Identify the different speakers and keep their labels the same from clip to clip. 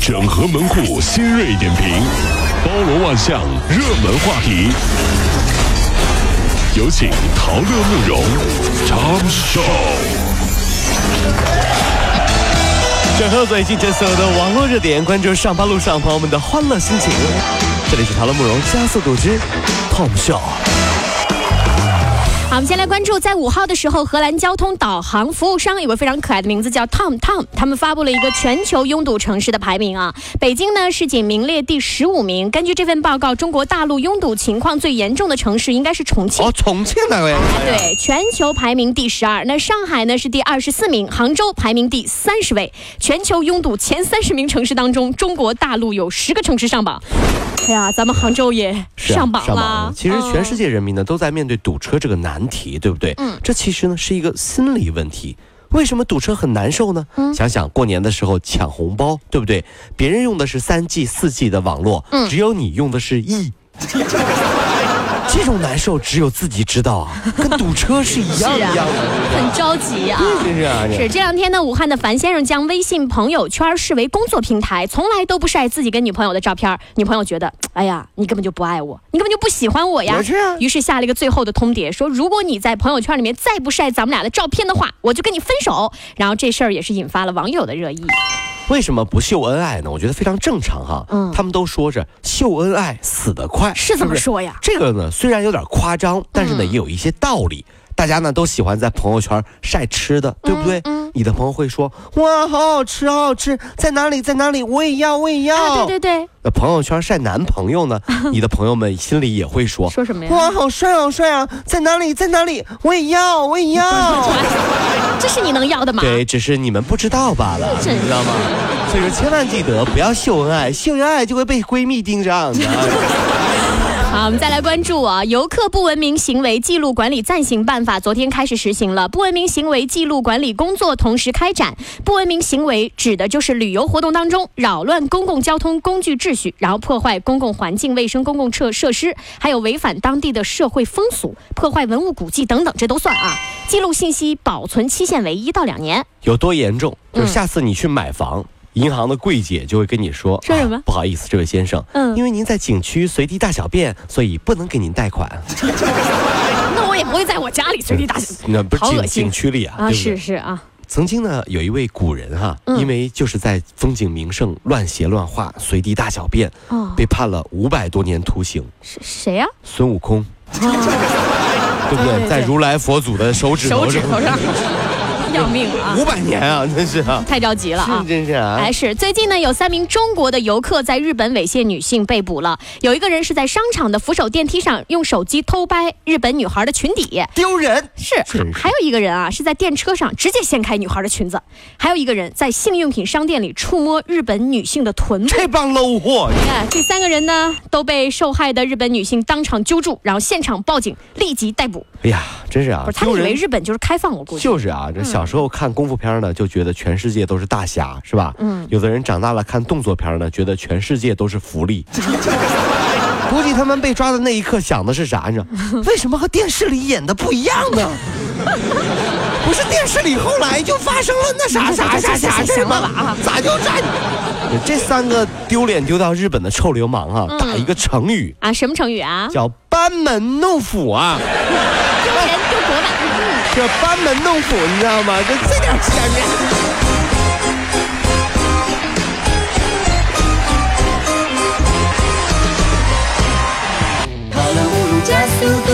Speaker 1: 整合门户新锐点评，包罗万象，热门话题。有请陶乐慕容 Tom Show。
Speaker 2: 整合最新、最所有的网络热点，关注上班路上朋友们的欢乐心情。这里是陶乐慕容加速度之 Tom Show。
Speaker 3: 好，我们先来关注，在五号的时候，荷兰交通导航服务商有个非常可爱的名字叫 Tom Tom，他们发布了一个全球拥堵城市的排名啊，北京呢是仅名列第十五名。根据这份报告，中国大陆拥堵情况最严重的城市应该是重庆。
Speaker 2: 哦，啊重庆那位，
Speaker 3: 对，全球排名第十二。那上海呢是第二十四名，杭州排名第三十位。全球拥堵前三十名城市当中，中国大陆有十个城市上榜。哎呀，咱们杭州也
Speaker 2: 是啊
Speaker 3: 上榜
Speaker 2: 上榜
Speaker 3: 了。
Speaker 2: 其实全
Speaker 3: 嗯
Speaker 2: 世界人民呢、都在面对堵车这个难题，对不对？
Speaker 3: 嗯
Speaker 2: 这其实呢是一个心理问题。为什么堵车很难受呢？
Speaker 3: 嗯
Speaker 2: 想想过年的时候抢红包，对不对？别人用的是三 G、四 G 的网络，
Speaker 3: 嗯
Speaker 2: 只有你用的是 E。这种难受只有自己知道啊，跟堵车是一样一
Speaker 3: 是啊
Speaker 2: 样的，
Speaker 3: 很着急啊。
Speaker 2: 真是啊。
Speaker 3: 是这两天呢，武汉的樊先生将微信朋友圈视为工作平台，从来都不晒自己跟女朋友的照片儿。女朋友觉得，哎呀，你根本就不爱我，你根本就不喜欢我呀。
Speaker 2: 也是啊
Speaker 3: 于是下了一个最后的通牒，说如果你在朋友圈里面再不晒咱们俩的照片的话，我就跟你分手。然后这事儿也是引发了网友的热议。
Speaker 2: 为什么不秀恩爱呢？我觉得非常正常哈。
Speaker 3: 嗯
Speaker 2: 他们都说着秀恩爱死得快，
Speaker 3: 是这
Speaker 2: 不
Speaker 3: 么说嗯呀？
Speaker 2: 这个呢，虽然有点夸张，但是呢，也有一些道理。大家呢都喜欢在朋友圈晒吃的，对不对？
Speaker 3: 嗯
Speaker 2: 你的朋友会说：“哇，好好吃，好好吃，在哪里，在哪里，我也要，我也要。
Speaker 3: 啊，对对对，
Speaker 2: 那朋友圈晒男朋友 呢，你的朋友们心里也会说：“
Speaker 3: 说什么呀？
Speaker 2: 哇，好帅，好帅啊，在哪里，在哪里，我也要，我也
Speaker 3: 哦
Speaker 2: 要。
Speaker 3: 这是你能要的吗？
Speaker 2: 对，只是你们不知道罢了，
Speaker 3: 真
Speaker 2: 你知道吗？所以说，千万记得不要秀恩爱，秀恩爱就会被闺蜜盯 上啊的。
Speaker 3: 好，我们再来关注啊，游客不文明行为记录管理暂行办法昨天开始实行了。不文明行为记录管理工作同时开展。不文明行为指的就是旅游活动当中扰乱公共交通工具秩序，然后破坏公共环境卫生、公共设设施，还有违反当地的社会风俗、破坏文物古迹等等，这都算啊。记录信息保存期限为一到两年。
Speaker 2: 有多严重？就是
Speaker 3: 嗯
Speaker 2: 下次你去买房，银行的柜姐就会跟你说：“
Speaker 3: 说什么
Speaker 2: 啊不好意思，这位先生，
Speaker 3: 嗯
Speaker 2: 因为您在景区随地大小便，所以不能给您贷款。
Speaker 3: 那我也不会在我家里随地大小”
Speaker 2: 那不是
Speaker 3: 好
Speaker 2: 景
Speaker 3: 恶心
Speaker 2: 景区里啊，
Speaker 3: 啊，
Speaker 2: 对不
Speaker 3: 是
Speaker 2: 对？
Speaker 3: 是啊，
Speaker 2: 曾经呢，有一位古人哈，
Speaker 3: 嗯
Speaker 2: 因为就是在风景名胜乱写乱画、随地大小便，
Speaker 3: 哦，
Speaker 2: 被判了五百多年徒刑。
Speaker 3: 是谁啊呀、
Speaker 2: 孙悟 空，对不
Speaker 3: 对
Speaker 2: 对？
Speaker 3: 对
Speaker 2: 在如来佛祖的手指头上，
Speaker 3: 上，要命啊！
Speaker 2: 五百年啊， 真是啊，
Speaker 3: 太着急了啊
Speaker 2: 是！真是啊
Speaker 3: 哎，。是最近呢，有三名中国的游客在日本猥亵女性被捕了。有一个人是在商场的扶手电梯上用手机偷拍日本女孩的裙底，
Speaker 2: 丢人！
Speaker 3: 是
Speaker 2: 是是
Speaker 3: 还有一个人啊是在电车上直接掀开女孩的裙子，还有一个人在性用品商店里触摸日本女性的臀部。
Speaker 2: 这帮 low 货，
Speaker 3: 哎，这三个人呢都被受害的日本女性当场揪住，然后现场报警，立即逮捕。
Speaker 2: 哎呀，真是啊！
Speaker 3: 不是，他们
Speaker 2: 丢
Speaker 3: 以
Speaker 2: 人
Speaker 3: 为日本就是开放，我估计。
Speaker 2: 就是啊，这小时候看功夫片儿呢，就觉得全世界都是大侠，是吧？嗯。有的人长大了看动作片儿呢，觉得全世界都是福利。估计他们被抓的那一刻想的是啥？你知道，为什么和电视里演的不一样呢？不是电视里后来就发生了那啥啥啥啥事儿
Speaker 3: 行了吧
Speaker 2: 吗？咋就这？这三个丢脸丢到日本的臭流氓啊，打一个成语
Speaker 3: 啊，什么成语啊？
Speaker 2: 叫班门弄斧啊。
Speaker 3: 丢人丢国了。嗯
Speaker 2: 这班门弄斧，你知道吗？这这点钱呢？
Speaker 4: 跑了五路加速度，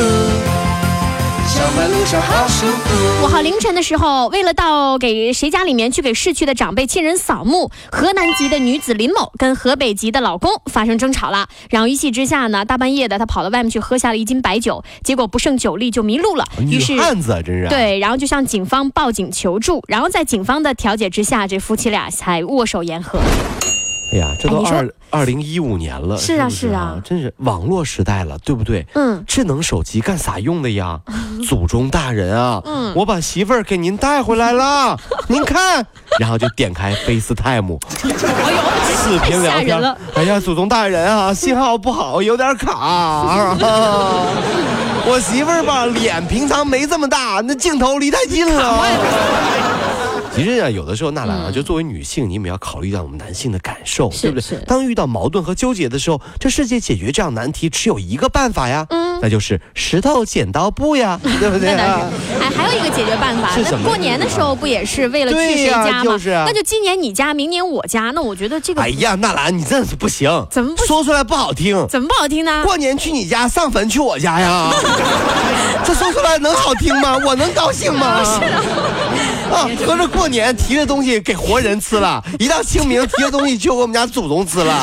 Speaker 4: 上班路上好舒服。
Speaker 3: 五号凌晨的时候，为了到给谁家里面去给逝去的长辈亲人扫墓，河南籍的女子林某跟河北籍的老公发生争吵了。然后一气之下呢，大半夜的她跑到外面去喝下了一斤白酒，结果不胜酒力就迷路了，于是
Speaker 2: 女。汉子啊，真是。，
Speaker 3: 对，然后就向警方报警求助，然后在警方的调解之下，这夫妻俩才握手言和。
Speaker 2: 哎呀，这
Speaker 3: 哎
Speaker 2: 都
Speaker 3: 你说
Speaker 2: 二二零一五年了，
Speaker 3: 是啊
Speaker 2: 不
Speaker 3: 是啊
Speaker 2: 真是网络时代了，对不对？
Speaker 3: 嗯，
Speaker 2: 智能手机干啥用的 呀？祖宗大人啊，
Speaker 3: 嗯
Speaker 2: 我把媳妇儿给您带回来 了，您看，然后就点开 FaceTime，
Speaker 3: 哎呦，
Speaker 2: 视
Speaker 3: 太
Speaker 2: 频
Speaker 3: 吓
Speaker 2: 聊
Speaker 3: 人
Speaker 2: 天
Speaker 3: 了。。
Speaker 2: 哎呀，祖宗大人 啊，信号不好，有点卡啊。我媳妇儿吧，脸平常没这么大，那镜头离太近了。你这样有的时候，纳兰啊，
Speaker 3: 嗯
Speaker 2: 就作为女性，你们要考虑到我们男性的感受，
Speaker 3: 是
Speaker 2: 对不对
Speaker 3: 是？
Speaker 2: 当遇到矛盾和纠结的时候，这世界解决这样难题只有一个办法呀，
Speaker 3: 嗯
Speaker 2: 那就是石头剪刀布 呀，对不对
Speaker 3: 那当
Speaker 2: 啊
Speaker 3: 然？，哎，还有一个解决办法，
Speaker 2: 是什
Speaker 3: 那
Speaker 2: 么
Speaker 3: 过年的时候不也是为了去
Speaker 2: 对
Speaker 3: 谁
Speaker 2: 呀
Speaker 3: 家
Speaker 2: 就
Speaker 3: 吗？
Speaker 2: 是啊
Speaker 3: 那就今年你家，明年我家，那我觉得这个
Speaker 2: 哎呀，纳兰，你真是不行，
Speaker 3: 怎么不行
Speaker 2: 说出来不好听？
Speaker 3: 怎么不好听呢？
Speaker 2: 过年去你家，上坟去我家呀？ 这说出来能好听 吗？我能高兴吗？啊，合着过年提的东西给活人吃了，一到清明提的东西就给我们家祖宗吃了。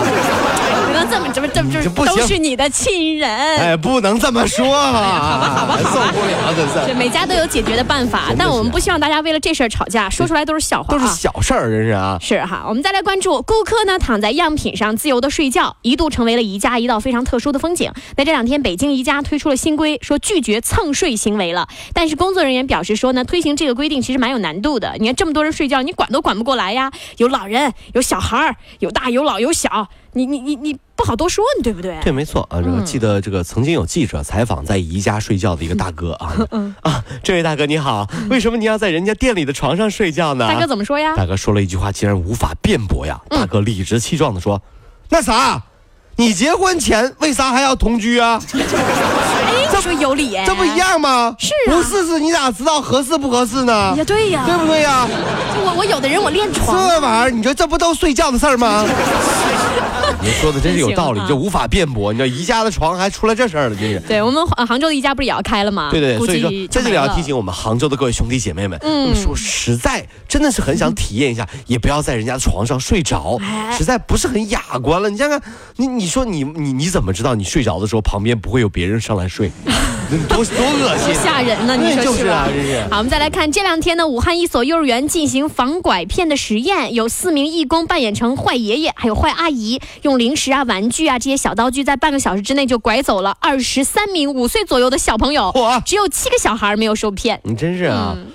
Speaker 3: 不能这么这么这么这
Speaker 2: 这不
Speaker 3: 么，
Speaker 2: 行
Speaker 3: 都是你的亲人。
Speaker 2: 哎，不能这么说啊！好吧，好吧，受不了，真
Speaker 3: 对，
Speaker 2: 是。
Speaker 3: 每家都有解决的办法，
Speaker 2: 真的
Speaker 3: 但
Speaker 2: 是
Speaker 3: 我们不希望大家为了这事儿吵架，说出来都是笑话
Speaker 2: 都是
Speaker 3: 啊。
Speaker 2: 小事儿，真是啊！
Speaker 3: 是哈，我们再来关注顾客呢躺在样品上自由的睡觉，一度成为了宜家一道非常特殊的风景。那这两天北京宜家推出了新规，说拒绝蹭睡行为了。但是工作人员表示说呢，推行这个规定其实蛮有难度的。你看这么多人睡觉，你管都管不过来呀。有老人，有小孩儿，有大有老有小，你你你你不好多说，你对不对？
Speaker 2: 对，没错啊。这个记得这个曾经有记者采访在宜家睡觉的一个大哥啊啊，这位大哥你好，为什么你要在人家店里的床上嗯睡觉呢？
Speaker 3: 大哥怎么说呀？
Speaker 2: 嗯大哥说了一句话，竟然无法辩驳呀！大哥理直气壮地说：“那啥，你结婚前为啥还要同居啊？
Speaker 3: 哎，你说有理哎，
Speaker 2: 这不一。样吗？
Speaker 3: 是啊
Speaker 2: 不试试你咋知道合适不合适呢？
Speaker 3: 也对哎呀，
Speaker 2: 对不对呀？
Speaker 3: 我我有的人我练
Speaker 2: 这
Speaker 3: 床，
Speaker 2: 玩意儿，你说这不都睡觉的事儿吗？ 你说的真是有道理
Speaker 3: 真行啊，
Speaker 2: 这无法辩驳。你知道宜家的床还出了这事儿了，真是。”
Speaker 3: 对我们呃杭州的宜家不是也要开了吗？
Speaker 2: 对对，
Speaker 3: 估
Speaker 2: 所以说
Speaker 3: 计
Speaker 2: 在
Speaker 3: 就
Speaker 2: 这里
Speaker 3: 没
Speaker 2: 要
Speaker 3: 了
Speaker 2: 提醒我们杭州的各位兄弟姐妹们，
Speaker 3: 嗯
Speaker 2: 那么说实在真的是很想体验一下，也不要在人家床上睡着
Speaker 3: 哎，
Speaker 2: 实在不是很雅观了。你想想，你你说你你你怎么知道你睡着的时候旁边不会有别人上来 睡？多多恶
Speaker 3: 多
Speaker 2: 心！啊
Speaker 3: 吓人呢，你
Speaker 2: 对
Speaker 3: 说
Speaker 2: 就是啊
Speaker 3: 吧？
Speaker 2: 真是
Speaker 3: 好，我们再来看这两天呢，武汉一所幼儿园进行防拐骗的实验，有四名义工扮演成坏爷爷，还有坏阿姨，用零食啊、玩具啊这些小道具，在半个小时之内就拐走了二十三名五岁左右的小朋友，
Speaker 2: 嚯
Speaker 3: 只有七个小孩没有受骗。
Speaker 2: 你真是啊，
Speaker 3: 嗯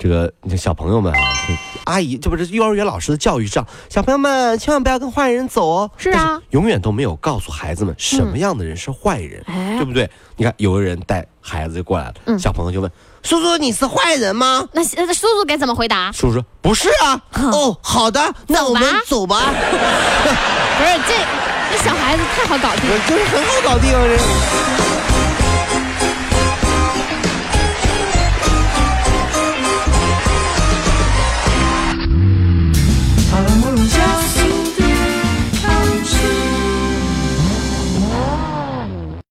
Speaker 2: 这个这小朋友们啊，这阿姨，这不是幼儿园老师的教育上，小朋友们千万不要跟坏人走哦。
Speaker 3: 是啊嗯
Speaker 2: 但永远都没有告诉孩子们什么样的人是坏人，
Speaker 3: 哎嗯
Speaker 2: 对不对？你看，有个人带孩子就过来了，小朋友就问叔叔：“你是坏人吗
Speaker 3: 那呃叔叔该怎么回答？”？
Speaker 2: 叔叔：“不是啊。”哦，好的，那我们走吧。
Speaker 3: 不是这这小孩子太好搞定
Speaker 2: 我。就是很好搞定啊，这。